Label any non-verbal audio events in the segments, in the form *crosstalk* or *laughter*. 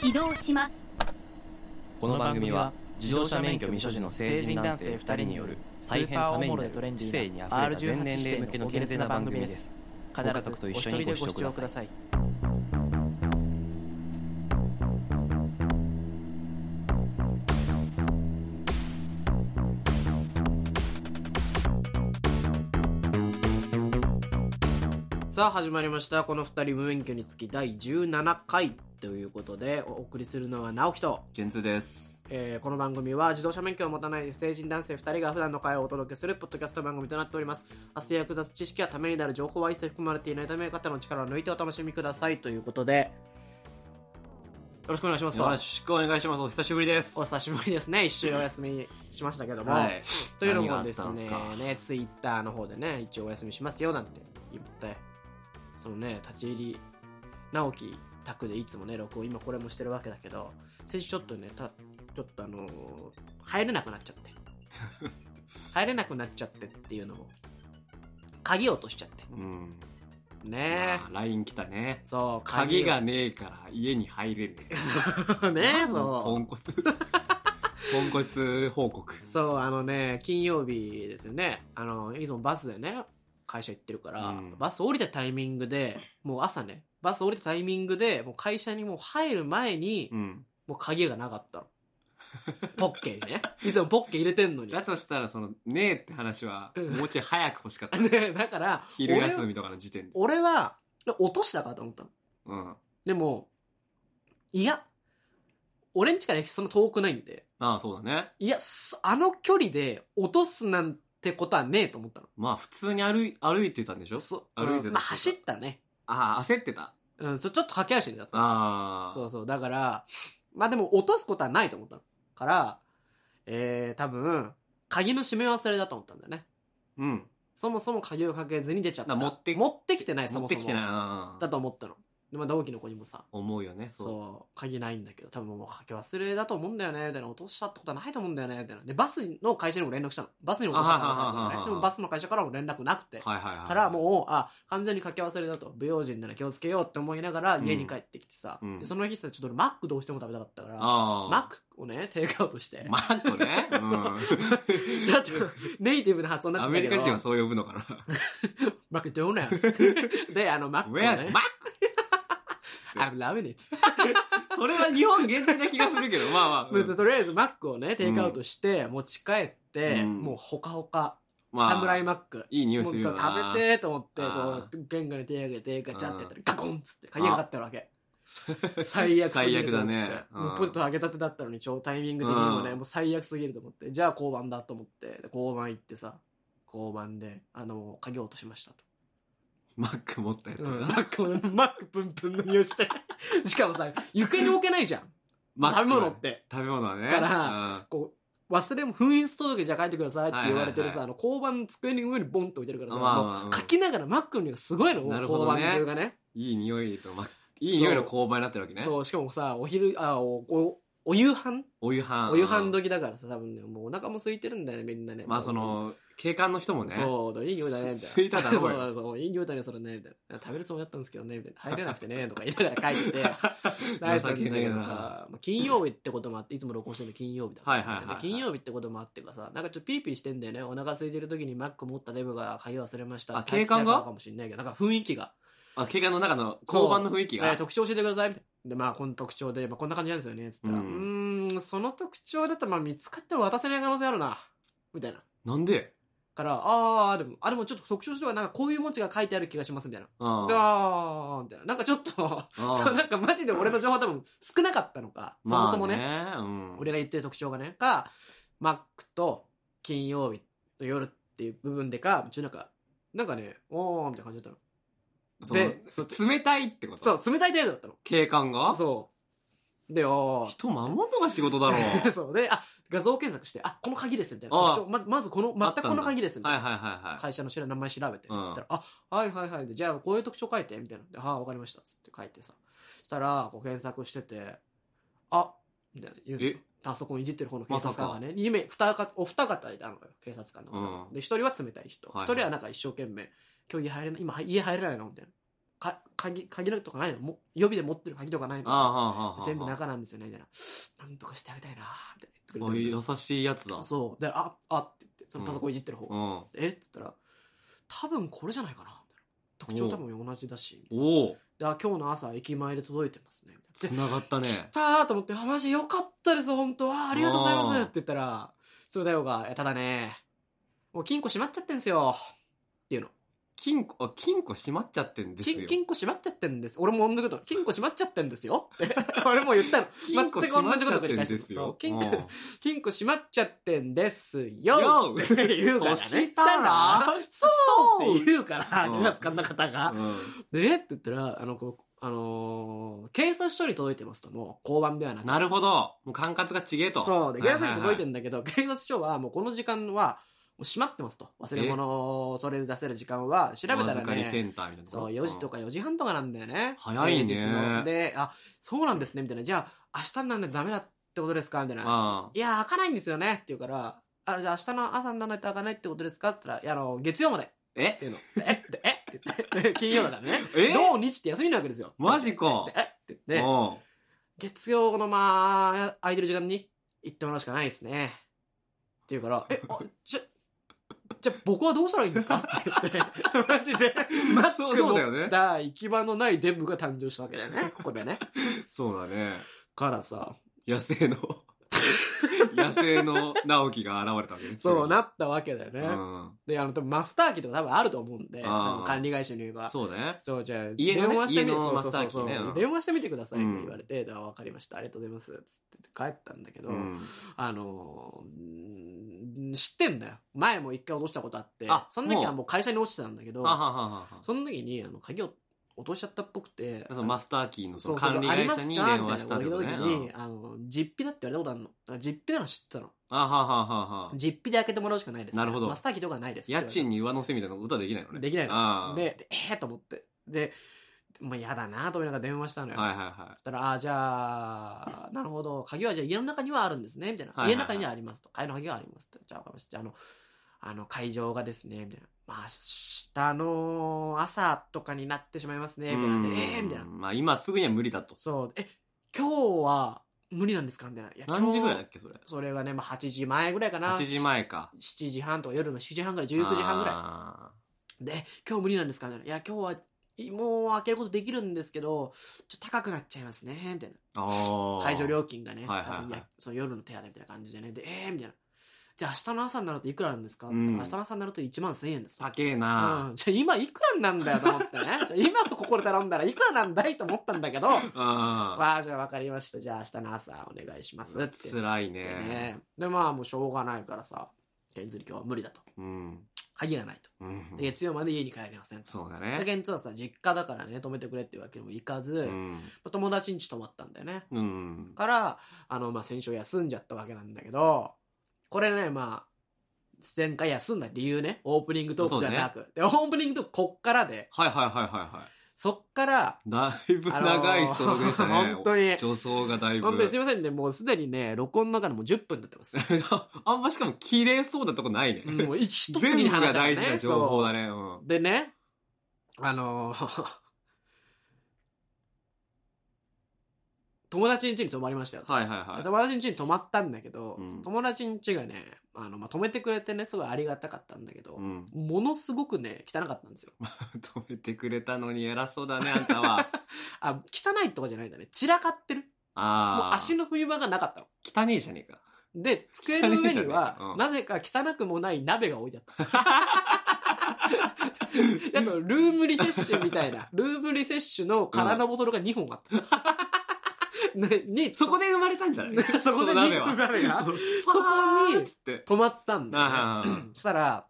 起動しますこの番組は自動車免許未所持の成人男性2人による大変ためになる知性にあふれた全年齢向けの健全な番組です必ずお一人でご視聴くださいさあ始まりましたこの2人無免許につき第17回ということでお送りするのは直人、ケンツーです。えーこの番組は自動車免許を持たない成人男性2人が普段の会話をお届けするポッドキャスト番組となっております明日役立つ知識やためになる情報は一切含まれていないため方の力を抜いてお楽しみくださいということでよろしくお願いしますよろしくお願いします。お久しぶりです。お久しぶりですね一週お休みしましたけども、はい。というのもです何ねがあったんすかねツイッターの方でね一応お休みしますよなんて言ってそのね立ち入り直樹宅でいつもね録音今これもしてるわけだけど先週ちょっとねたちょっとあのー入れなくなっちゃって入れなくなっちゃってっていうのも鍵落としちゃってうん。ねまあ、LINE 来たね。そう鍵をがねえから家に入れる。 *laughs* ねポそンコツ。ポンコツ報告。うそうあのね金曜日ですよねあのいつもバスでね会社行ってるから、うんバス降りたタイミングでもう朝ねバス降りたタイミングでもう会社にもう入る前に、うん。もう鍵がなかったのポッケにねいつもポッケ入れてんのにだとしたら、その、ねえって話は、うんもうちょい早く欲しかった。ねだから昼休みとかの時点で。*laughs* 俺は俺は落としたかと思ったのうん。あでもいや俺ん家から駅そんな遠くないんであ、そうだね。いやそあの距離で落とすなんてことはねえと思ったのまあ、普通に歩い、歩いてたんでしょそ歩いてたうんまあ走ったねああ、焦ってた。うんそうちょっと駆け足でだったああ。そうそうだからまあでも落とすことはないと思ったのからえー、多分鍵の閉め忘れだと思ったんだよねうん。そもそも鍵をかけずに出ちゃっただから持って持ってきてないそ持もってそもきてないあだあ。と思ったのでまあ同期の子にもさ思うよね、そうそう。鍵ないんだけど多分もうかけ忘れだと思うんだよねみたいな落としたってことはないと思うんだよねみたいなでバスの会社にも連絡したのバスにも落としたかもしれあないはははねはでもバスの会社からも連絡なくてはいはいはい。からもうあ完全にかけ忘れだと不用心なら気をつけようって思いながらうん家に帰ってきてさ、うんでその日さちょっと俺マックどうしても食べたかったからああ。マックをねテイクアウトして、マック *laughs* ね。うん。ちょっとネイティブな発音になっアちゃったメリけどカ人はそう呼ぶのかな。 *laughs* マックどうなん *laughs* であのマックを Where's ねマッ I'm loving it クそれは日本限定な気がするけど、まあ *laughs* まあ。でとりあえずマックをねテイクアウトして持ち帰って、うんもうほかほかまあサムライマックいい匂いもすうる食よな。べてーと思ってこあう玄関に手上げてガチャってやったらガコンっつって鍵がかかってる *laughs* わけべ最悪すぎ最悪るとだ思ってね。うんもうポテト揚げたてだったのに超タイミング的にもねうんもう最悪すぎると思ってじゃあ交番だと思ってで交番行ってさ交番であの鍵を落としましたとマック持ったやつ *laughs* うんマな。ックもねマックプンプンの匂 *laughs* いしてしかもさ床に置けないじゃんマック食べ物って食べ物はね。からうんこう、忘れも紛失届じゃあ書いてくださいって言われてるさ、はあの、交番の机の上にボンって置いてるからさ、まあまあもううん書きながらマックの匂いがすごいの、もうなるほど交番ね中がね。いい匂いとマック。いい匂いの勾配になってるわけね。そう、しかもさ、お昼、あ、お、お、お夕飯お夕飯。お夕飯時だからさ、多分ね、もうお腹も空いてるんだよね、みんなね。まあそ、の、警官の人もね。そう、いい匂いだね、みたいな。す空いただろそううよそうそう、いい匂いだね、それね、みたいな。食べるつもりだったんですけどね、みたいな。入れなくてね、とか言いながら書い *laughs* てて。大好情きけだねけえどな。さ、まあ金曜日ってこともあって、いつも録音してるの金曜日だからね、はいはいはいはいで金曜日ってこともあってかさ、なんかちょっとピリピリしてんだよね。お腹空いてる時にマック持ったデブが鍵忘れました。あ警官が帰ってきたからかもしれないけど、なんか雰囲気が。あ、警官の中の交番の雰囲気えがー。特徴教えてください、みたいな。で、まあ、この特徴で、まあ、こんな感じなんですよね、つったら。ううんーん、その特徴だと、まあ、見つかっても渡せない可能性あるな。みたいな。なんでから、あー、でも、あ、でもちょっと特徴では、なんかこういう文字が書いてある気がします、みたいな。うんであー、みたいな。なんかちょっと、 *laughs* そう、なんかマジで俺の情報多分少なかったのか。そもそもね。まあうん。俺が言ってる特徴がね、が、マックと金曜日の夜っていう部分でか、ちょっとなんか、なんかね、おーみたいな感じだっそのでそ冷たいってこたとの。そう、冷たい程度だったの。警官がそう。で、おー人守るのが仕事だろう *laughs* そう。で、あ、画像検索して、あ、この鍵です、みたいな。ああ特徴まず、まずこの、あったんだ全くこの鍵です、みたいはいな。はいはいは会社の知ら名前調べて、うん言ったらあはいはいはいでじゃあこういう特徴書いてみたいなでああわかりましたつって書いてさしたらこう検索しててあみたいな言うのえパソコンいじってる方の警まさ察か官がね、二名二方お二方いたのよ警察官の方が、うんで一人は冷たい人一、はいはい人はなんか一生懸命今日家入れない今家入れないのみたいなか鍵鍵のとかないのも予備で持ってる鍵とかないあのあ、はあ、はあ。全部な中なんですよねみたいななんとかしてあげたいなみたいな言ってくれおてい優しいやつだ。そうでああって言ってそのパソコンいじってる方、うん。おえっつったら多分これじゃないかなみたいな特徴多分同じだしみたいなおう、であ今日の朝駅前で届いてますねみたいな繋がったねで。来たーと思って「あマジよかったです本当あーありがとうございます」って言ったらその大悟が「いやただねもう金庫閉まっちゃってんすよ」っていうの金庫、あ、金庫閉まっちゃってんですよ金。金庫閉まっちゃってんです俺も同じこと金庫閉まっちゃってんですよって *laughs* 俺も言ったの金庫閉まっちゃってんですそうよ。金庫うん金庫閉まっちゃってんですよよって言うからねそしたらそうって言うからうん2月間の方がうんでって言ったらあのこうあのー警察署に届いてますともう交番ではなくなるほど。もう管轄がちげえと。そうで警察署に届いてんんだけど、警察署はもうこの時間はもう閉まってますと忘れ物を取れる出せる時間は調べたら預かりセねンターみたいなとこそろ。う4時とか。か4時半とかなんだよね早いね平日のであそうなんですねみたいなじゃあ明日になんないとダメだってことですかみたいなあいや、開かないんですよねって言うから、あじゃあ明日の朝にならないと開かないってことですかって言ったら、いや、あの、月曜までっえていうの。えって、えって言って、金曜だからね。え土日って休みなわけですよ。マジかでえってう言って、ん月曜のまあ、空いてる時間に行ってもらうしかないですね。って言うから、え、あ、じゃ、じゃあ僕はどうしたらいいんですかって言って、マジで、マッそうクそうだよね持った行き場のないデブが誕生したわけだよね、ここでね。そうだね。からさ、野生 *laughs* の、野生の直樹が現れたわけですよそうなったわけだよね。うん。で、あの、多分マスターキーとか多分あると思うんで、あーあの管理会社に言えば。そうね。そう、じゃあ、家のね電話してみ家て、のそうマそスうタそうーキそーう、ねうん電話してみてくださいってうん言われて、であわかりました、ありがとうございます、つって帰ったんだけど、うんあのー、うん知ってんだよ。前も一回落としたことあってあ、その時はもう会社に落ちてたんだけどあ、はははは。その時に、あの、鍵を落としちゃったっぽくて、そのマスターキーのそそうのそう管理会社に電話したあってりこまとすねかみたいな。こと言った時に、あの、実費だって言われたことあるの。あ実費なの知ってたの。あはははは。実費で開けてもらうしかないです、なるほどマスターキーとかはないですって言わ家れて。賃に上乗せみたいなことはできないのね。できないのああ。で、でえー、と思って。で、もう嫌だなと思いながら電話したのよ。はいはいはそしたら、あーじゃあ、なるほど、鍵はじゃあ家の中にはあるんですね、みたいな。はいはいはい家の中にはありますと。鍵の鍵はありますと。じゃあ、わかりました。じゃあ、あの、あの会場がですね、みたいな。まあ、明日の朝とかになってしまいますい。ね、みたいな。でうんえー、みたいな。まあ今すぐには無理だと。そう、え、今日は無理なんですかみたいな。いや何時ぐらいだ今っ日けそれ。それがね、まあ8時前ぐらいかな。 8時前か。 7時半とか夜の7時半ぐらい、19時半ぐらい。らで、今日無理なんですかみたいな。いや、今日はい、もう開けることできるんですけど、ちょっと高くなっちゃいますね、みたいな。い。ああ。会場料金がね、はいはいはい多分やその夜の手当みたいな感じでね。で、えー、みたいな。じゃあ明日の朝になるといくらなんですか、って言ったらうん明日の朝になると1万1000円です。高えう、なんじゃあ今いくらなんだよと思っ *laughs* てね。じゃあ今ここで頼んだらいくらなんだいと思ったんだけど、あわあ、じゃあわかりました。じゃあ明日の朝お願いしますっあ。て言っ辛いてね。ね。で、まあもうしょうがないからさ、ずり今日は無理だと。うん。鍵がないと。うんで月曜まで家に帰れませんと。そうだだね。けどさ実家だからね泊めてくれってわけにもいかず、うん。友達ん家泊まったんだよねうん。からあの、まあ、先週休んじゃったわけなんだけどこれねまあ前回休んだ理由ねオープニングトークではなく、でオープニングトークこっからではいはいはいはいはい。そっからだいぶ長いストーリーでしたね。あのー *laughs* 本当に助走がだいぶ。本当にすいませんねもうすでにね録音の中でもう10分経って *laughs* ます、あんましかも綺麗そうなとこないね。うんもう一つに全部話がしたからね大事な情報だね。うんそうでねあのー *laughs* 友達ん家に泊まりましたよはいはいは友達ん家に泊まったんだけど、うん友達ん家がねあの、まあ、泊めてくれてねすごいありがたかったんだけど、い。うん。ものすごくね汚かったんですよ止めてくれたのに偉そうだね、あんた *laughs* は。あ汚いとかじゃないんだね散らかってるもうああ。足の踏み場がなかったの汚ねえじゃねえか。で机の上には、汚いじゃんねうんなぜか汚くもない鍋が置いてあった *laughs* あとルームリセッシュみたいなルームリセッシュの空のボトルが2本あった、 *laughs* ねにそこで生まれたんじゃない *laughs* そこでの鍋は。鍋 *laughs* がそこにつって。泊まったんだよね、ああそしたら、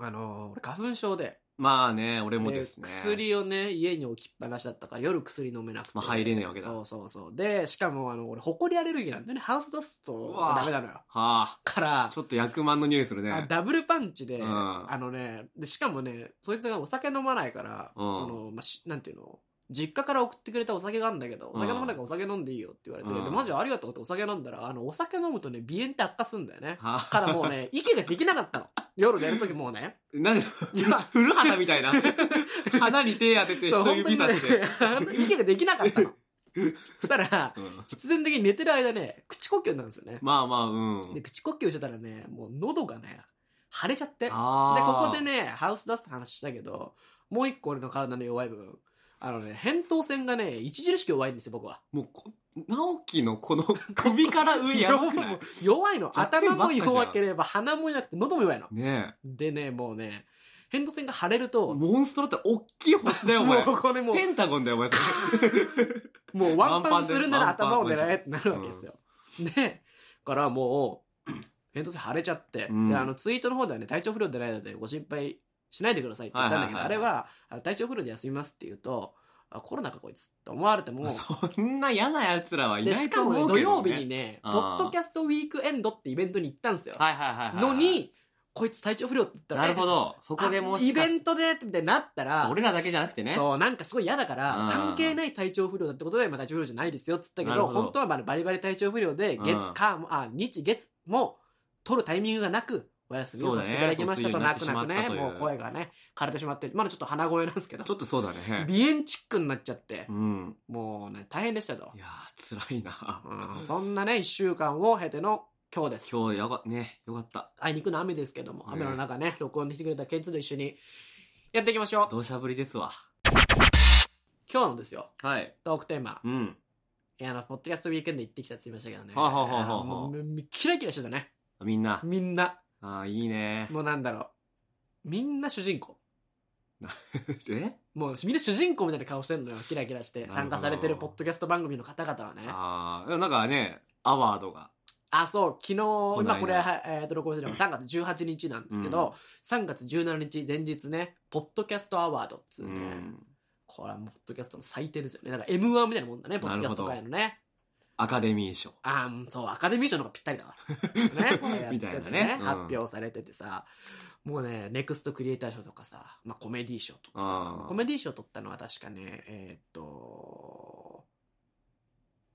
あのー俺花粉症で *coughs* まあね、俺もですね。薬をね家に置きっぱなしだったから夜薬飲めなくて、まあ入れねえわけだそうそうそうでしかもあの俺ホコリアレルギーなんだよねハウスダストがダメなのよはからあ。ちょっと役満の匂いするね。あダブルパンチで、うんあのねでしかもねそいつがお酒飲まないから、うんその、まあ、しなんていうの実家から送ってくれたお酒があるんだけど、お酒飲まないからお酒飲んでいいよって言われて、うんでマジありがとうってお酒飲んだら、あの、お酒飲むとね、鼻炎って悪化すんだよ *laughs* ね。はからもうね、息ができなかったの。夜寝る時もうね。なんで、いや *laughs* 古畑みたい *laughs* な。鼻に手当てて、そう、人本指当にさねして。、 *laughs* 息ができなかったの。そしたら、うん必然的に寝てる間ね、口呼吸なんですよね。まあまあ、うん。で、口呼吸してたらね、もう喉がね、腫れちゃって。で、こあこでね、ね、ハウスダストの話したけど、もう一個俺の体の弱い部分。あのね、扁桃腺がね、著しく弱いんですよ、僕は。もうこ、直樹のこの *laughs* 首から上やばくない弱いの。弱点ばっ頭かもじゃん弱ければ、鼻も弱くて、喉も弱いの。ねでね、もうね、扁桃腺が腫れるえ。と、モンストロって大きい星だよ、おも前。うこれもうペンタゴンだよ、お前。そもうワンパンするならワンパンで頭を狙えってなるわけですよ。で、からもう、扁 *clears throat* 桃腺腫れちゃって、うんであのツイートの方ではね、体調不良でないのでご心配しないでくださいって言ったんだけど、はいはいはいあれはあの、体調不良で休みますって言うと、あコロナかこいつって思われても、れ *laughs* そんな嫌な奴らはいで、なしいかともね、思う土けど、ね。曜日にね、ポあッードキャストウィークエンドってイベントに行ったんですよ。はいはいはいはい。の、に、こいつ体調不良って言ったら、なるほど。そあこでもイしかベしントでってみたいになったら、俺らだけじゃなくてね。そう、なんかすごい嫌だからうん、関係ない体調不良だってことで、まあ体調不良じゃないですよっつったけど、なるほど本当はまあバリバリ体調不良で、うん月、火も、あ、日、月も、取るタイミングがなく、お休みをさせていただきましたそと、うだなねくなくね、そういうもう声がね、枯れてしまって、まだちょっと鼻声なんですけど、ちょっとそうだね。鼻炎チックになっちゃってう、ん。もうね、大変でしたとい。やー、辛いな。うんそんなね、一週間を経ての今日です。今日やば、ね、よかった。あいにくの雨ですけども、ね雨の中ね、録音できてくれたケンツと一緒にやっていきましょう。土砂降りですわ。今日のですよ、はい。トークテーマ。うん。いや、あの、ポッドキャストウィークエンド行ってきたって言いましたけどね。はあはあはあはあもうみキラキラしてたね。みんな。みんな。ああ、いいね。もうなんだろう。みんな主人公。 *laughs* えもうみんな主人公みたいな顔してんのよ。キラキラしてる。ほど参加されてるポッドキャスト番組の方々はね。あああ、なんかね、アワードが。そう、昨日、の間今これ、はえー、と録音してるのが3月18日なんですけど、3月17日前日ね、ポッドキャストアワードっつうね。うんこれはもうポッドキャストの最低ですよね。だから M1 みたいなもんだね、ポッドキャスト界のね。アカデミー賞。あーうんそう、アカデミー賞の方がぴった *laughs* りだから。ね、これやってみてたねいなねうん発表されててさ、もうね、ネクストクリエイター賞とかさ、まあコメディ賞とかあさー、コメディ賞取ったのは確かね、えーっと、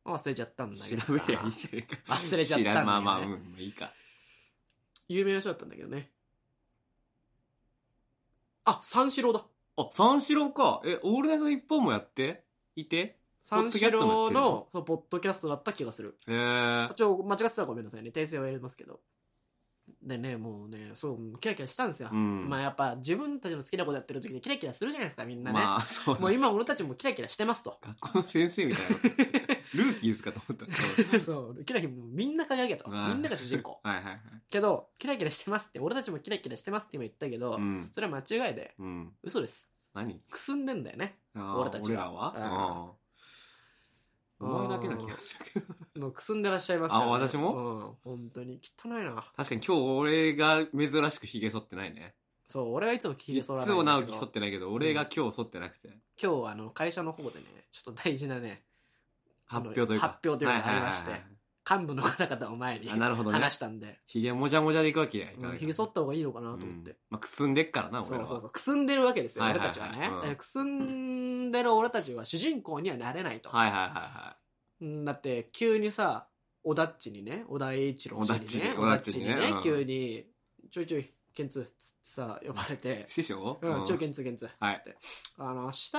忘れちゃったんだけ調どさべりゃいいじゃねえか。忘れちゃったんだよね知らまあまあ、うん、まあいいか。有名な人だったんだけどね。あ、三四郎だ。あ、三四郎か。え、オールナイト日本もやっていて三ポ四ッドキャストもやっ郎てるのの、そう、ポッドキャストだった気がする。へえちょ、間違ってたらごめんなさいね。訂正はやりますけど。でね、もうね、そう、キラキラしてたんですよ。うん。まあやっぱ自分たちの好きなことやってる時にキラキラするじゃないですかみんなね、まあ、そうもうね。今俺たちもキラキラし *laughs* てますと学校の先生み *laughs* たいな。ルーキーズかと思った。そうキラキラみんな輝けとうんみんなが主人公 *laughs* はいはいはい。けどキラキラしてますって俺たちもキラキラしてますって今言ったけど、うん。それは間違いでうん。嘘です何くすんでんだよねあー俺たちは俺らはあうんお前だけな気がするけど。もうくすんでらっしゃいますから、ね、あ私もうん本当に汚いな確かに今日俺が珍しく髭剃ってないね。そう俺はいつも聞いいつそらないもんだ直けど樹剃ってないけど、俺が今日剃ってなくて。今日あの会社の方でねちょっと大事なね発表というか。発表というかありましてはいはいはい幹部の方々を前にあなるほどね話したんでひげもじゃもじゃでいくわけや。いかうなんいひげ剃った方がいいのかなと思って、うんまあ、くすんでっからな、俺そうらは。そうそうくすんでるわけですよ、はいはいはい俺たちはね、うんえくすんでる俺たちは主人公にはなれないと、はいはいはいはうんだって急にさオダッチにね小田栄一郎氏オダにッチにねオダッチにねオダッチにねうん急にちょいちょいケンツっつってさ呼ばれてい。師匠「うん、ちょ堅。いケンツケンツ」っつって、はいあの「明日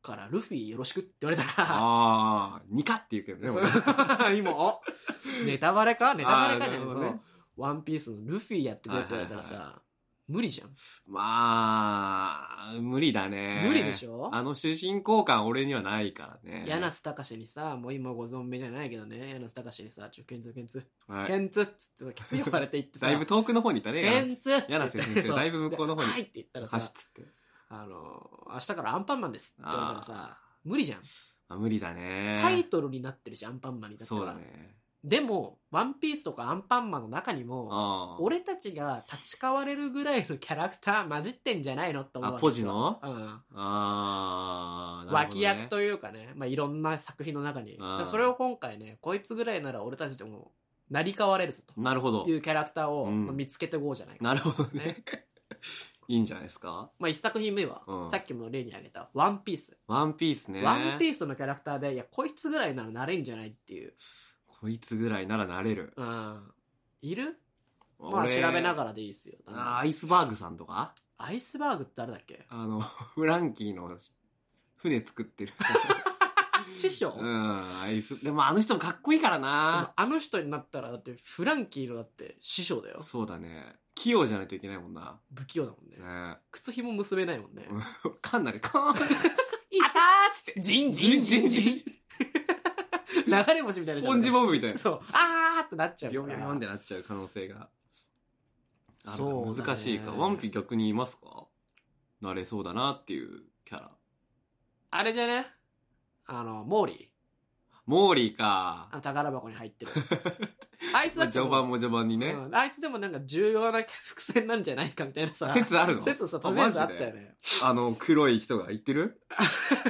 からルフィよろしく」って言われたらああ、ニカって言うけどね。そう *laughs* 俺今おネタバレかネタバレかじゃあーなるんほそどねうワンピースのルフィやってくれって言われたらさ、はいは無理じゃんまあ、無理だね。無理でしょあの主人公感俺にはないからね。柳瀬隆にさ、もう今ご存命じゃないけどね、柳瀬隆にさ、ちょ、ケンツ、ケンツ、はいケンツっつってさ、呼ばれて行ってさ、だいぶ遠くの方にいたね。ケンツって言って柳瀬先生そうだいぶ向こうの方にではいって言ったら走さっ、つって。あの、明日からアンパンマンですって言われたらさ、無理じゃん。まあ無理だね。タイトルになってるし、アンパンマンにだってはそうだね。でも、ワンピースとかアンパンマンの中にも、あー俺たちが立ち代われるぐらいのキャラクター混じってんじゃないのって思うあ、わけポですジよのうん。ああ、なるほ脇どね役というかね、まあ、いろんな作品の中に、うんそれを今回ねこいつぐらいなら俺たちでも成り代われるぞなるほどとい。うキャラクターをうん *laughs* まあ見つけていこうじゃないか、なるほどね。いいんじゃないですかまあ、一作品目は、うんさっきも例に挙げた、ワンピース。ワンピースね。ワンピースのキャラクターで、いや、こいつぐらいならなれんじゃないっていう。こいつぐらいならなれる。うん。いるまあ、俺調べながらでいいですよ。あーアイスバーグさんとかアイスバーグって誰だっけあの、フランキーの船作ってる。師匠、うでもん、アイス。でもあの人もかっこいいからな。あの人になったら、だって、フランキーのだって師匠だよ。そうだね。器用じゃないといけないもんな。不器用だもんね。ね *laughs* 靴紐結べないもんね。かんなり、かんなり。いたーっつって、ジンジンジ *laughs* ンジン。流れ星みたいなスじゃポんンジボブみたいな。そう、あーってなっちゃうビョかンビら。ョンってなっちゃう可能性が。あるそうだね難しいか。ワンピ逆にいますかなれそうだなっていうキャラ。あれじゃねあの、モーリー。モーリーあか。の宝箱に *laughs* 入ってる。あいつだって序う盤も序盤にね。うんあいつでもなんか重要な伏線なんじゃないかみたいなさ。説あるの説さ、あとりあえマジずであったよね。 *laughs* あの、黒い人が言って *laughs* る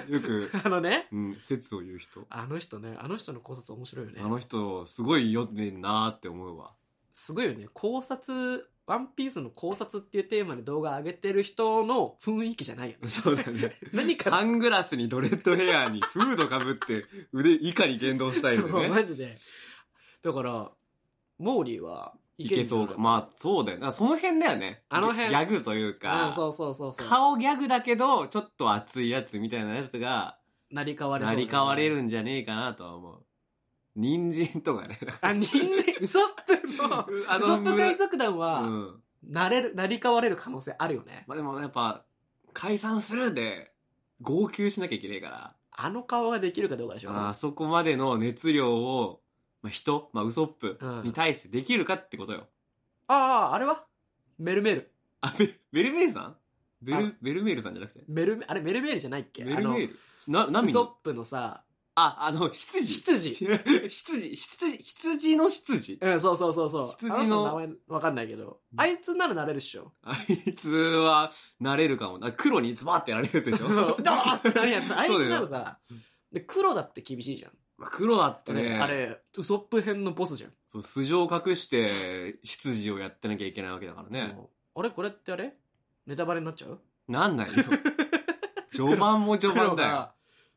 よく、あのね、うん、説を言う人。あの人ね、あの人の考察面白いよねあ。の人、すごい読んでんなーって思うわ。 *laughs* すごいよね。考察、ワンピースの考察っていうテーマで動画上げてる人の雰囲気じゃないよ *laughs* ね。そうだね。何か、サングラスにドレッドヘアにフードかぶって腕以下に言動スタイルそうでね。マジで。だから、モーリーは、いけそうか。まあそうだよ。だからその辺だよね。あの辺ギャギャグというか、うん、そうそうそうそう。顔ギャグだけど、ちょっと熱いやつみたいなやつが、成り変われそ成うだねり変われるんじゃねえかなとは思う。人参と *laughs* かね。あ、人参、ウソップの、 *laughs* あウソップ海う賊団は、ん。なれる、なり変われる可能性あるよね。まあでもやっぱ、解散するで、号泣しなきゃいけないから。あの顔ができるかどうかでしょ。あーそこまでの熱量を、まあ、人、まあ、ウソップうんに対してできるかってことよ。あー、あれはメルメール。あ、ベベルメールさんベあル、ベルメールさんじゃなくて。メルメ、あれメルメールじゃないっけベルメールな、あの、何ウソップのさ、あ、あの、羊。 *laughs* 羊。羊、羊、羊の羊。うん、そうそうそうそう。羊のあ人名前わかんないけど。あいつならなれるっしょ。あいつは、なれるかもな。黒にズバってやられるやつでしょそうドーンってなるや *laughs* つ。あいそうだつなよらさ、で黒だって厳しいじゃん。まあ黒だってね、あれ、ウソップ編のボスじゃん。そう素性を隠して、羊をやってなきゃいけないわけだからね。そうあれこれってあれネタバレになっちゃうなんない *laughs* よ。序盤も序盤黒だよ。が、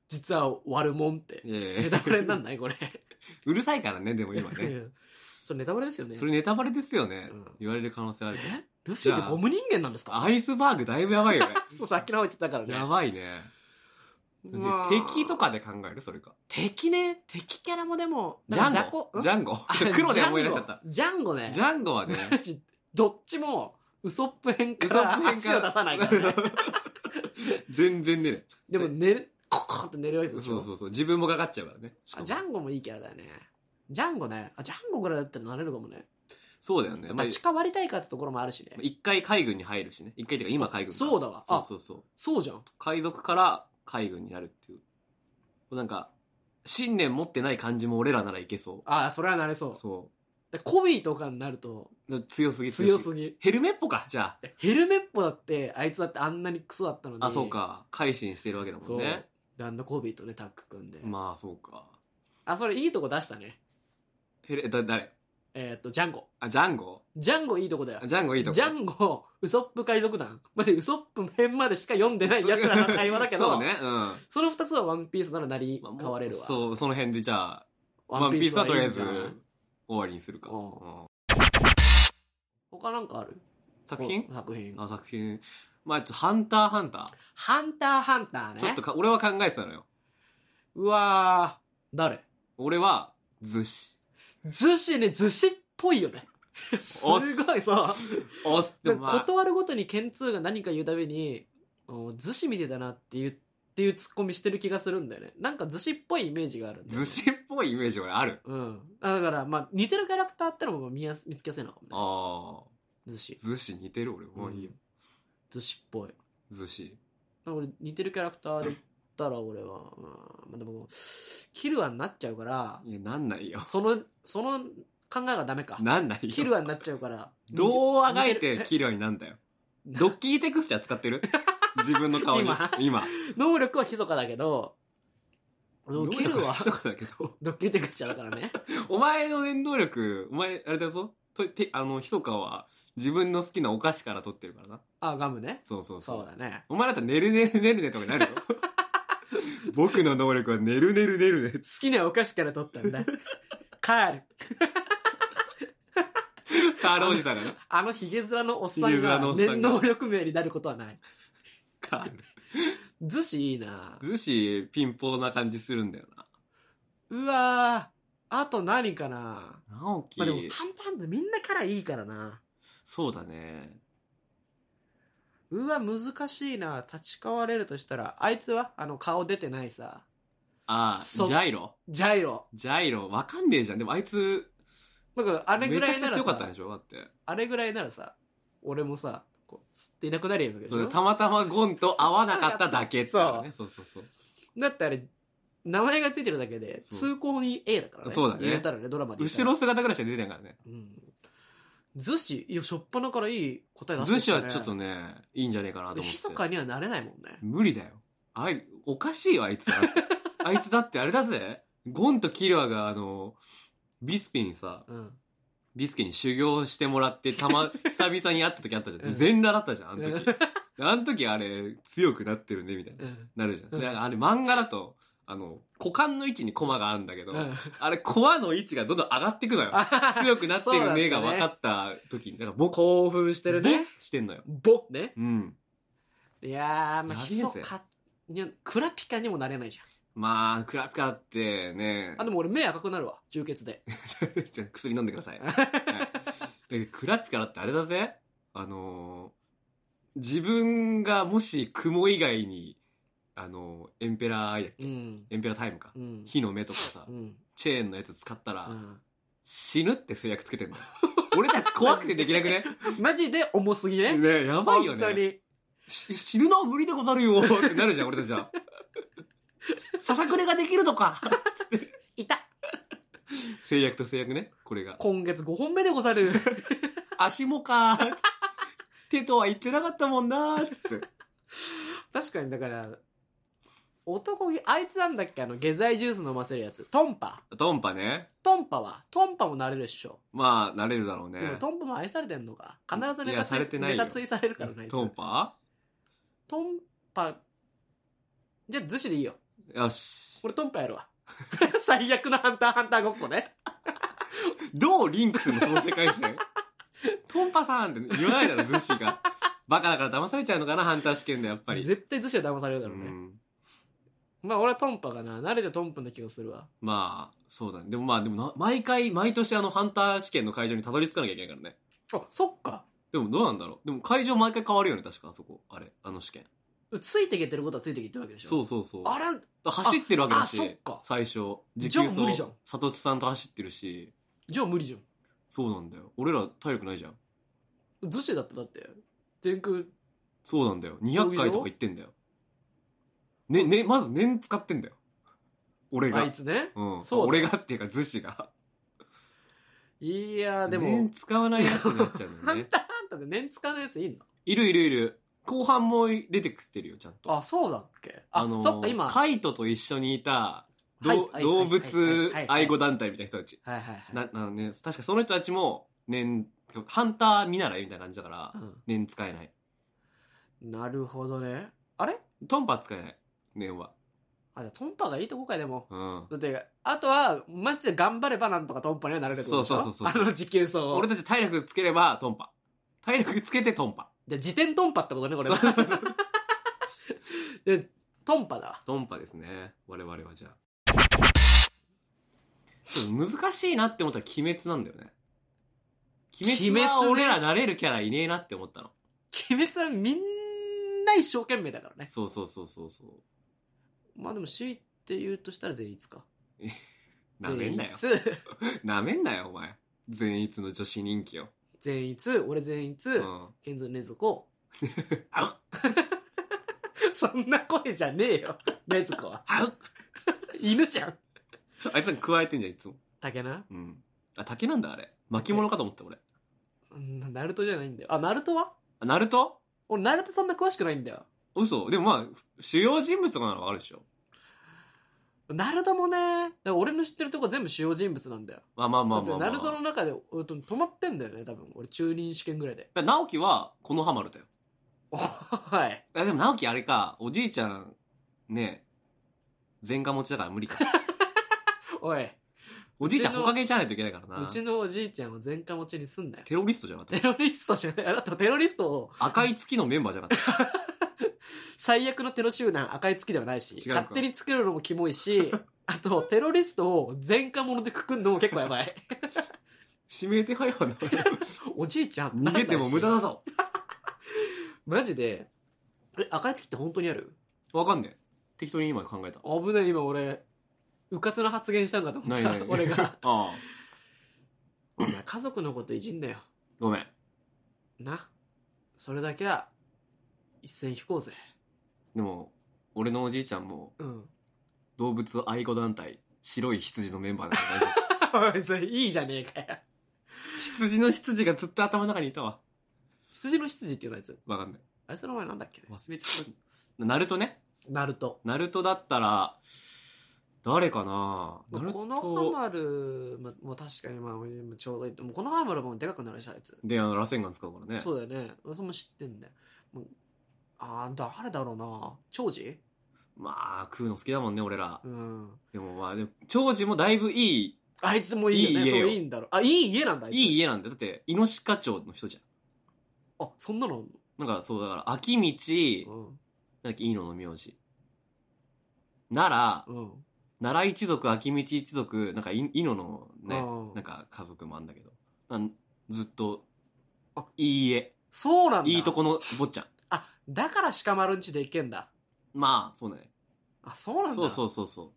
実は悪もんって。いやいネやタバレになんないこれ。 *laughs* うるさいからね、でも今うね。んそれネタバレですよね。それネタバレですよね。うん言われる可能性あるけど。えルフィってゴム人間なんですかアイスバーグだいぶやばいよね。そう、さっきの方言ってたからね。やばいね。でまあ敵と。かで考えるそれか。敵ね。敵キャラもでも、ジャなんかン雑魚ゴんジャンゴあ *laughs* 黒で思い出しちゃった。ジャンゴね。ジャンゴ *laughs* はね、マジどっちも、ウソップ編かウソッらプ編か足らを出さないから *laughs* ね。全然出ない。でも寝る、ココンって寝るやつそでうしょ。そうそう。自分もかかっちゃうからね。しかあもジャンゴもいいキャラだよね。ジャンゴね。あ、ジャンゴぐらいだったらなれるかもね。そうだよね。やっまあぱ地下割りたいかってところもあるしね。一回海軍に入るしね。一回っていうか今海軍かそうだわそあうそうそう。そうじゃん。海賊から海軍になるっていう。なんか、信念持ってない感じも俺らならいけそああ、それはなれう。そ。そうでコビーとかになると、う。強すぎ強すぎ。ヘルメッポか、じゃヘルメッポだって、あいつだってあんなにクソだったのに。あ。あ、そう。か。改心してるわけだもそんう。ね。で、あんなコビーとね、タッグ組んで。まあ、そうか。あ、それいいとこ出したね。ヘル、だ、誰えーっ、と、ジャンゴ。あ、ジャンゴジャンゴいいとこだよあ。ジャンゴいいとこ。ジャンゴ、ウソップ海賊団。まじウソップ編までしか読んでない奴らの会話だけど、そうね。うん。その二つはワンピースならなりまあもう変われるわ。そう、その辺でじゃあ、ワンピースはとりあえずワンピースはいいんじゃない終わりにするか。うんうん他なんかある作品お作品。あ、作品。まあ、ちょっと、ハンターハンタハンターハンターー。ね。ちょっとか、俺は考えてたのよ。うわー、誰俺は、寿司。寿司ね、寿司っぽいよね。すごいさ。おす、でもまあ、断るごとにケンツーが何か言うたびにお寿司見てたなっていうっていうツッコミしてる気がするんだよねなんか寿司っぽいイメージがあるんだよね寿司っぽいイメージ俺ある。うんあだからまあ似てるキャラクターってのも見やす見つけやすいのかもねああ。寿司寿司似てる俺。もういいよ。寿司っぽい寿司。俺似てるキャラクターで言ったら俺は、うんまあ、でもキルアになっちゃうからいや、なんない *laughs* よ。そのその考えがダメかなんないよ。キルアになっちゃうからどうあがい似てる切るようになんだよ。ドッキリテクスチャー使って *laughs* る自分の顔に。今今。能力はひそかだけど俺もキルアそうだけど。 *laughs* ドッキリテクスチャーだからねお前の念動力、お前、あれだぞ。とてあの、ひそかは自分の好きなお菓子から取ってるからな。あ、ガムね。そうそうそう。そうだね。お前だったらねるねるねるねとかになるよ。 *laughs* 僕の能力はねるねるねるね好。きなお菓子から取ったん *laughs* だ。カール。カールおじさんがな。あのヒゲ面のおっさヒんゲ面が、のおっさんがね、能力名になることはない。カール。寿司いいな寿司ピンポーな感じするんだよな。うわーあと何かな直樹、まあでも、簡単だ。みんなからいいからな。そうだね。うわ、難しいな。立ち変われるとしたら、あいつはあの、顔出てないさ。ああ、ジそうャイロ。ジャイロ。ジャイロ、わかんねえじゃん。でもあいつ、だから、あれぐめちらゃいくちなゃら強かったさで、しょだって。あれぐらいならさ、俺もさ、こう、吸っていなくなりゃいいわけでしそうょ。たまたまゴンと合わなかっただけってあるね。そうそうそう。だってあれ、名前がついてるだけで、そう通行に A だからね。そうだね言えたらね、ドラマで言った後ら。ろ姿ぐらいしか出てないからね。うん。寿司、いや、しょっぱなからいい答えが出寿て司きたね、はちょっとね、いいんじゃねえかなとで、思って。ひそかにはなれないもんね。無理だよ。あい、おかしいよ、あいつだ *laughs* って。あいつだってあれだぜ。ゴンとキルアが、あの、ビスピにさ、うん。ビスケに修行してもらって、た *laughs* ま、久々に会った時あったじゃうんん。全裸だったじゃん、あの時 *laughs* う。あの時あれ、強くなってるね、みたいな。うん。なるじゃん。うんであれ漫画だと、あの、股間の位置にコマがあるんだけど、うんあれ、コアの位置がどんどん上がってくのよ。強くなってるねが分かった時に、だから僕、興奮してるね。してんのよ。 *laughs* ぼね。うん。いやー、まやあ、ひべえぜそかには、クラピカにもなれないじゃん。まあ、クラピカってねあ、、でも俺目赤くなるわ。充血で。 *laughs* じゃあ薬飲んでください。はいでクラピカだってあれだぜ。あのー自分がもし雲以外に、あのーエンペラーアイだっけ、うん。エンペラータイムかう。ん。火の目とかさ、うん。チェーンのやつ使ったら、うん死ぬって制約つけてんのよ。俺たち怖くてできなくねマジで重すぎ *laughs* *laughs* ね。ねやばいよ本当ね。に。し死ぬのは無理でござるよ *laughs* ってなるじゃん、俺たちは。ささくれができるとかいた制約と制約ね、これが。今月5本目でご *laughs* ざる。足もかー手とは言ってなかったもんなーっつって。確かに、だから、男気、あいつなんだっけあの、下剤ジュース飲ませるやつ。トンパ。トンパね。トンパは、トンパもなれるっしょ。まあ、慣れるだろうでもね。トンパも愛されてんのか。必ずネいタやつされていないネよタついされるからね。あいつトンパトンパ。じゃあ、逗子でいいよ。よし。俺トンパやるわ。 *laughs* 最悪のハンターハンターごっこね。どうリンクするのその世界線。トンパさんって言わないだろ、ズッシーが。バカだから騙されちゃうのかな、ハンター試験で、やっぱり。絶対逗子は騙されるだろううね。んまあ俺はトンパがな、慣れてトンパな気がするわ。まあ、そうだね。でもまあ、でもな、毎回、毎年あの、ハンター試験の会場にたどり着かなきゃいけないからね。あ、そっか。でもどうなんだろう。でも会場毎回変わるよね、確か、あそこ。あれ、あの試験。ついていけてることはついていけてるわけでしょ。そうそうそう。あれ、走ってるわけだしああそっか、最初。じゃあ無理じゃん里地さんと走ってるし、じゃあ無理じゃそうなんだよ。俺ら体力ないじゃん。ん。逗子だっただって。天空、そうなんだよ。200回とか行ってんだよ。ね、ね、まず年使ってんだよ。俺あがい。つね。うん。そうだ俺がっていうか、図子が。いやー、でも、年使わないやつになっちゃうんだ *laughs* ハよンね。ターハンターで年使わないやついんのいるいるいる。後半も出てきてるよ、ちゃんと。あ、そうだっけあ、のーそっか、今。カイトと一緒にいた、どうはい動はい物はいはいはい愛護団体みたいな人たち。はいはいはい。な、なのね、確かその人たちも、年、ハンター見習いみたいな感じだからう、ん年使えない。なるほどね。あれトンパ使えない。年は。あ、じゃあトンパがいいとこかい、でも。うん。だって、あとは、マジで頑張ればなんとかトンパにはなれるってことでしょそうそうそうそうあの時給層。俺たち体力つければ、トンパ。体力つけてトンパ。じゃあ、時点トンパってことね、これそう *laughs* そは。で、トンパだわ。ドンパですね。我々はじゃあ。ちょっと難しいなって思ったら鬼滅なんだよね。鬼滅鬼は滅ね俺らなれるキャラいねえなって思ったの。鬼滅はみんな一生懸命だからね。そうそうそうそうそう。まあでも、強いて言うとしたら全員いつか。なめんなよ。全員いつ。なめんなよ、お前。善逸の女子人気よ。全員いつ、俺全員いつ、うん。ケンズネズコ。あん *laughs* そんな声じゃねえよ。 *laughs* ネズコは。あん犬じゃん。あいつら食われてんじゃん、いつも。竹な。うん。あ、竹なんだ、あれ。巻物かと思った、俺。うんナルトじゃないんだよ。あ、ナルトはあ、ナルト俺、ナルトそんな詳しくないんだよ。嘘でもまあ、主要人物とかならわかるでしょ。ナルドもね、だから俺の知ってるとこ全部主要人物なんだよ。まあまあまあまあ、まあ。だってナルドの中でうんと止まってんだよね、多分。俺中任試験ぐらいで。 *laughs* だから直樹は、このハマるだよ。はい。あでも直樹あれか、おじいちゃん、ね、前科持ちだから無理 *laughs* か。おい、おじいちゃんうちのほかげじゃないといけないからなう。ちのおじいちゃんを前科持ちにすんなよ。テロリストじゃな *laughs* かっテロリストじゃない。あなたテロリストをた。赤い月のメンバーじゃなかった。最悪のテロ集団赤い月ではないし違うか勝手に作るのもキモい *laughs* しあとテロリストを前科者でくくんのも結構やばい *laughs* 指名手配犯だ。おじいちゃん逃げても無駄だぞ。マジでえ赤い月って本当にあるわかんねえ。適当に今考えた。危ない今俺うかつな発言したんだと思っないたない。俺が。ああ。お前家族のこといじんなよごめん。なそれだけは一線引こうぜでも、俺のおじいちゃんもうん *laughs* 動物愛護団体、白い羊のメンバーだから大丈夫。おいそれいいじゃねえかよ *laughs* 羊の羊がずっと頭の中にいたわ。羊の羊っていうのやつわかんない。あれその前なんだっけね忘れちゃった。ナルトね。ナルトナルトだったら、誰かなナルこのハト。マルももう確かにまあ俺もちょうどいいともうこのハマルもでかくなるでしょあいつ、で、あの、螺旋岩使うからね。そうだよね俺それも知ってんだよもうああ誰だろうな長治まあ、食うの好きだもんね、俺らう。んでもまあ、でも、長寿もだいぶいい、あいつもいいよいいね家よそういいんだろうあいい家なんだあいついい家なんだよ。だって、猪鹿町の人じゃん。あそんなのあんなんかそうだから、秋道、のなんだっけ、いいのの名字。奈う良、んうん奈良一族、秋道一族、なんかい、いののねうん、なんか家族もあんだけど。なんずっとあ、いい家。そうなんだいいとこの坊ちゃん。あだから鹿丸んちで行けんだまあ、そうね。あそうなんだそうそううそうそう。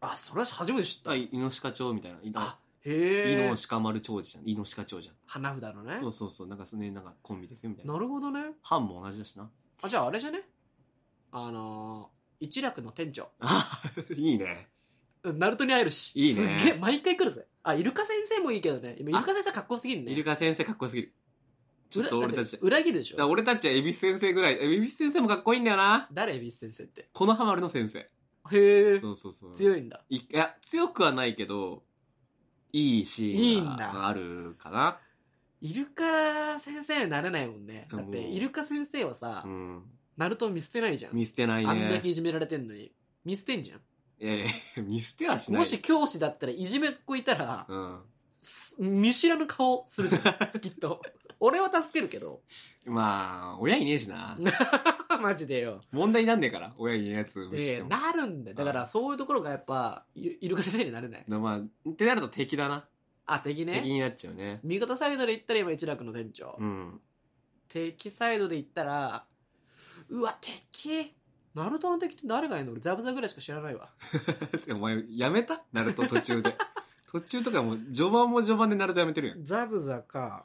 あそれは初めて知ったあ、い猪鹿町みたいな。いあイへえノシカ丸長治じゃん。イノシカ長治じゃん。花札のねそうそうそう。なんかそのね、なんかコンビですよみたいな。なるほどね班も同じだし *laughs* な。あじゃああれじゃねあのー一楽の店長あ、いいね。うんナルトに会えるし。いいねすっげえ、毎回来るぜ。あ、イルカ先生もいいけどね。今イルカ先生かっこよすぎん *laughs* ね。イルカ先生かっこよすぎる。ちょっと裏俺たち。だだっかて裏切るでしらょ。俺たちはエビス先生ぐらい。エビス先生もかっこいいんだよな。誰、エビス先生って。このハマるの先生。へえ。そうそうそう。い。強いんだ。いや、強くはないけど、いいシいーいンんだがあるかな。イルカ先生になれないもんね。だっもうて、イルカ先生はさ、うん。ナルトを見捨てないじゃん。見捨てないあんだねけ。いじめられてんのに。見捨てんじゃん。いやいや、 *laughs* 見捨てはしない。もし、教師だったらいじめっ子いたら、うん。す見知らぬ顔するじゃ *laughs* ん。きっと。俺は助けるけど。 *laughs* まあ、親いねえしな。マジでよ。問題になんねえから、親いねえやつ無視しえてえも。なるんだよ。だから、そういうところがやっぱ、イイルカ先生になれない。なまあ、ってなると敵だな。あ、敵ね。敵になっちゃうね。味方サイドで行ったら今一楽の店長、うん。敵サイドで行ったらうわ敵ナルトの敵って誰がいるの俺ザブザぐらいしか知らないわ *laughs* お前、やめたナルト途中で。 *laughs* 途中とかもう、序盤も序盤でナルトやめてるやん。ザブザか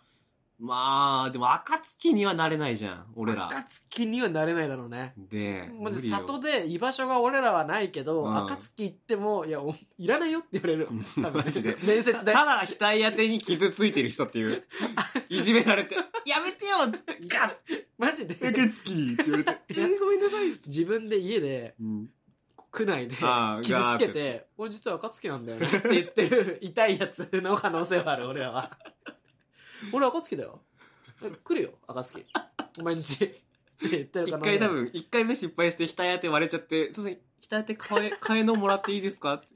まあ、でも、暁にはなれないじゃん、俺ら。暁にはなれないだろうねで、も無う理よ里で居場所が俺らはないけど、うん暁行ってもいやおいらないよって言われるうん多 *laughs* 分マジで面接たでだ額当てに傷ついてる人って *laughs* いう。いじめられて。やめてよっつって、ガッマジで暁って言われて。 *laughs* えごめんなさい自分で家でうん。区内であー傷ガーつってけて「俺実は暁なんだ *laughs* よね」って言ってる痛いやつの可能性はある俺 *laughs* らは俺暁だよえ来るよ暁お前んち *laughs* って言ってる一可能性回多分、一回目失敗して額当て割れちゃって、その、額当て *laughs* 買え、買えのもらっていいですかって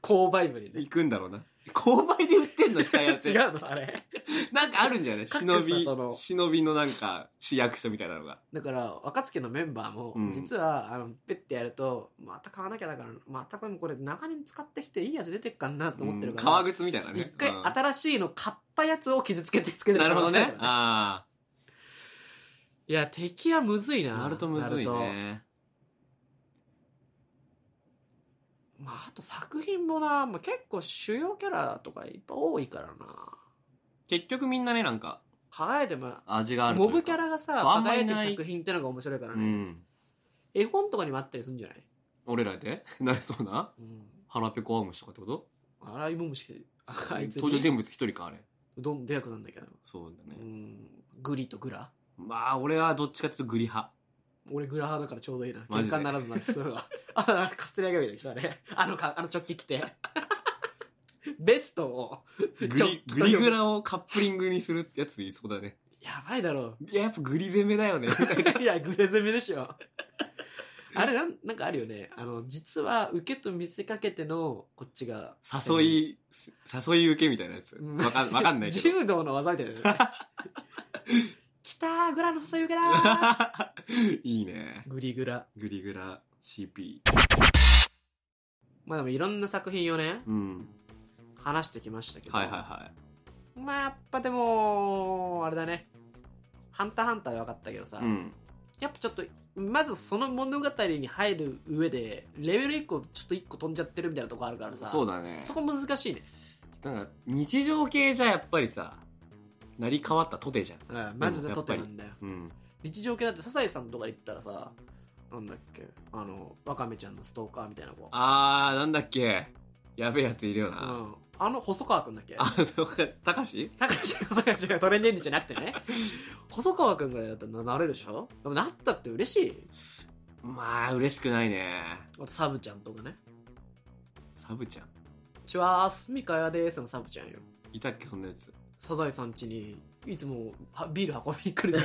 購買部にね行くんだろうな。購買で売ってんの、額当て。 *laughs* 違うのあれなんかあるんじゃない各忍び里の、忍びのなんか市役所みたいなのが。だから暁のメンバーも、うん実はあのペッてやるとまた買わなきゃだからまたこれこれ長年使ってきていいやつ出てっかなと思ってるうんから、革靴みたいなね。一回うん新しいの買ったやつを傷つけてつけてなる可ほど能性あねか。らあいや敵はむずいあ。ななるとむずいナルトね。まあ、あと作品もな、まあ、結構主要キャラとかいっぱい多いからな結局みんなね、なんか輝いても味があるといモうかブキャラがさそうあんまり輝いてるない作品ってのが面白いからうね、ん。絵本とかにもあったりするんじゃない、俺らで *laughs* なりそうなうん、腹ペコアムシとかってことあら芋虫ああいつ登場に人物一人か、あれ。どんでやくなんだけど、そうだうね。ん、グリとグラまあ、俺はどっちかっていうとグリ派。俺グラハだからちょうどいいなマ喧ジで嘩にならずなんですよ *laughs* あなんかカステラがみたいな人だねあのかあのチョッキ着て *laughs* ベストをグちょっとリグリグラをカップリングにするやついそうだねやばいだろいややっぱグリ攻めだよ *laughs* ねみたいないやグレ攻めでしょあれなんなんかあるよねあの実は受けと見せかけてのこっちが誘い誘い受けみたいなやつうんわかんわかんない *laughs* けど柔道の技みたいなね来たーグラの誘い受けだー *laughs* いいねグリグラグリグラ CP まあでもいろんな作品をねうん話してきましたけど、はいはいはまあやっぱでもあれだね「ハンターハンター」で分かったけどさ、いうんやっぱちょっとまずその物語に入る上でレベル1個ちょっと1個飛んじゃってるみたいなとこあるからさそうだねそこ難しいね、なんか日常系じゃやっぱりさ成り変わったとてじゃんうん、マジでとてなんだようん日常系だってサザエさんとかで言ったらさなんだっけあのワカメちゃんのストーカーみたいな子あーなんだっけやべえやついるような、ん、あの細川くんだっけあそうかたかし高橋細川違うトレンディーじゃなくて *laughs* ね細川くんぐらいだったらななれるでしょでもなったって嬉しいまあ嬉しくないねあとサブちゃんとかねサブちゃん「チュワースミカヤです」のサブちゃんよいたっけそんなやつサザエさん家にいつもはビール運びに来る *laughs* じゃん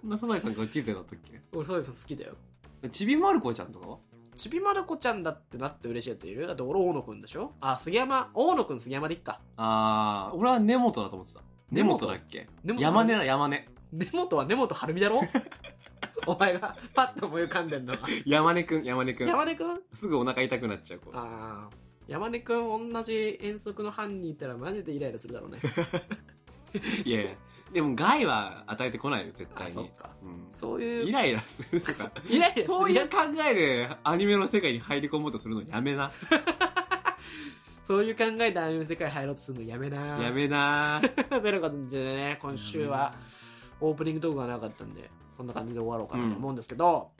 そんなサザエさんが小さいだったっ俺サザエさん好きだよけちびまる子ちゃんとかはちびまる子ちゃんだってなって嬉しいやついるだって俺大野くんでしょあ杉山大野くん杉山でいっかあー俺は根本だと思ってた根本だっけ根本山根だ山根根本は根本晴美だろ *laughs* お前がパッと思い浮かんでんのは山根くん山根くん山根くんすぐお腹痛くなっちゃう子ああ山根くん同じ遠足の班にいたらマジでイライラするだろうねいやいやでも害は与えてこないよ絶あ対そにっかうんそういうイラ *laughs* イラするとかイライラするそういう考えでアニメの世界に入り込もうとするのやめなそういう考えでああいう世界入ろうとするのやめなやめな *laughs* という感じでね今週はオープニングトークがなかったんでこんな感じで終わろうかなと思うんですけど、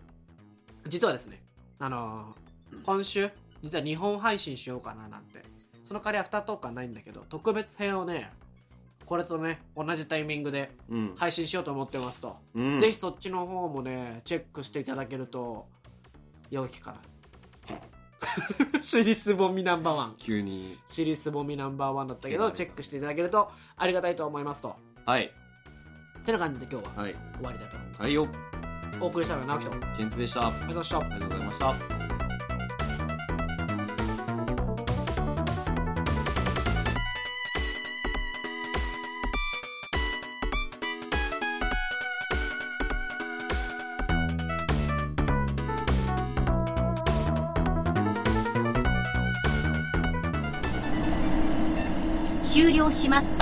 実はですねあのー今週実は日本配信しようかななんてその代わりアフタートークはないんだけど特別編をねこれとね同じタイミングでうん配信しようと思ってますと、うんぜひそっちの方もねチェックしていただけると良き *laughs* かなシリスボミナンバーワン急にシリスボミナンバーワンだったけどチェックしていただけるとありがたいと思いますとはいてな感じで今日ははい終わりだと思いますはいよお送りしたのは直樹とありがケンツでしたあとうございましたりがとうございました終了します